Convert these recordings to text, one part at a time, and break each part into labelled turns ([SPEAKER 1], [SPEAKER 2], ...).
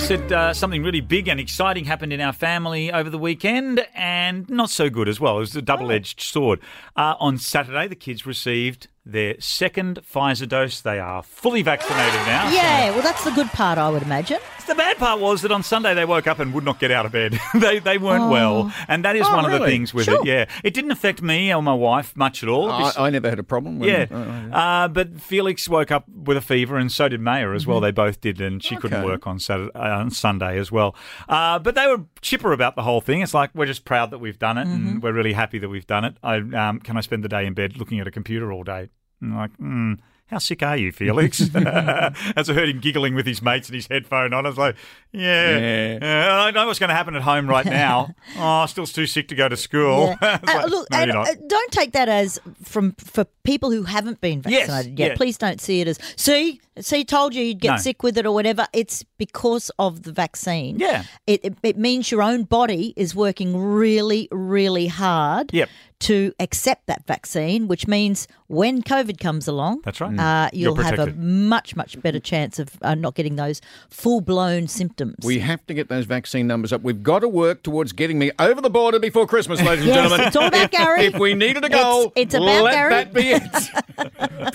[SPEAKER 1] said uh, something really big and exciting happened in our family over the weekend, and not so good as well. It was a double edged
[SPEAKER 2] Oh.
[SPEAKER 1] sword. Uh, on Saturday, the kids received their second Pfizer dose. They are fully vaccinated now. so-
[SPEAKER 2] Yeah, well, that's the good part, I would imagine.
[SPEAKER 1] The bad part was that on Sunday they woke up and would not get out of bed. they they weren't well, and that is
[SPEAKER 2] Oh,
[SPEAKER 1] one of the
[SPEAKER 2] really?
[SPEAKER 1] things with it.
[SPEAKER 2] Sure. Oh,
[SPEAKER 1] Yeah, it didn't affect me or my wife much at all.
[SPEAKER 3] I,
[SPEAKER 1] This-
[SPEAKER 3] I never had a problem. When,
[SPEAKER 1] yeah,
[SPEAKER 3] uh,
[SPEAKER 1] uh, but Felix woke up with a fever, and so did Maya as well.
[SPEAKER 2] Mm-hmm.
[SPEAKER 1] They both did, and she couldn't
[SPEAKER 3] Okay.
[SPEAKER 1] work on Saturday, uh, on Sunday as well. Uh, but they were chipper about the whole thing. It's like we're just proud that we've done it,
[SPEAKER 2] Mm-hmm.
[SPEAKER 1] and we're really happy that we've done it. I um, can I spend the day in bed looking at a computer all day? And like, mm, how sick are you, Felix? As I heard him giggling with his mates and his headphone on, I was like, yeah,
[SPEAKER 3] Yeah.
[SPEAKER 1] yeah, I know what's going to happen at home right now. oh, still too sick to go to school.
[SPEAKER 2] Yeah.
[SPEAKER 1] It's
[SPEAKER 2] Uh,
[SPEAKER 1] like,
[SPEAKER 2] look,
[SPEAKER 1] "No, you're
[SPEAKER 2] and,
[SPEAKER 1] not."
[SPEAKER 2] uh, don't take that as from for people who haven't been
[SPEAKER 1] Yes,
[SPEAKER 2] vaccinated yet.
[SPEAKER 1] yeah.
[SPEAKER 2] Please don't see it as see, see, told you you'd get
[SPEAKER 1] No.
[SPEAKER 2] sick with it or whatever. It's because of the vaccine.
[SPEAKER 1] Yeah.
[SPEAKER 2] it it, it means your own body is working really, really hard.
[SPEAKER 1] Yep.
[SPEAKER 2] To accept that vaccine, which means when COVID comes along,
[SPEAKER 1] That's right.
[SPEAKER 2] Uh,
[SPEAKER 1] You're
[SPEAKER 2] you'll have a
[SPEAKER 1] protected.
[SPEAKER 2] much, much better chance of uh, not getting those full blown symptoms.
[SPEAKER 3] We have to get those vaccine numbers up. We've got to work towards getting me over the border before Christmas, ladies and
[SPEAKER 2] Yes,
[SPEAKER 3] gentlemen.
[SPEAKER 2] it's all about Gary. Oh,
[SPEAKER 3] If we needed a
[SPEAKER 2] It's-
[SPEAKER 3] goal,
[SPEAKER 2] it's about
[SPEAKER 3] let
[SPEAKER 2] Gary.
[SPEAKER 3] that be it.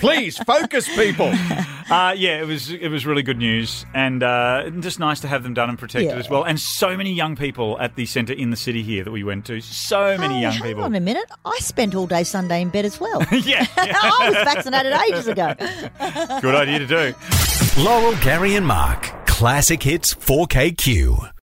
[SPEAKER 3] Please focus, people.
[SPEAKER 1] Uh, yeah, it was it was really good news, and uh, just nice to have them done and protected
[SPEAKER 2] Yeah.
[SPEAKER 1] as well. And so many young people at the centre in the city here that we went to. So many
[SPEAKER 2] Hey,
[SPEAKER 1] young
[SPEAKER 2] hang
[SPEAKER 1] people.
[SPEAKER 2] on a minute. I spent all day Sunday in bed as well.
[SPEAKER 1] yeah,
[SPEAKER 2] I was vaccinated ages ago.
[SPEAKER 1] good idea to do.
[SPEAKER 4] Laurel, Gary, and Mark. Classic Hits 4KQ.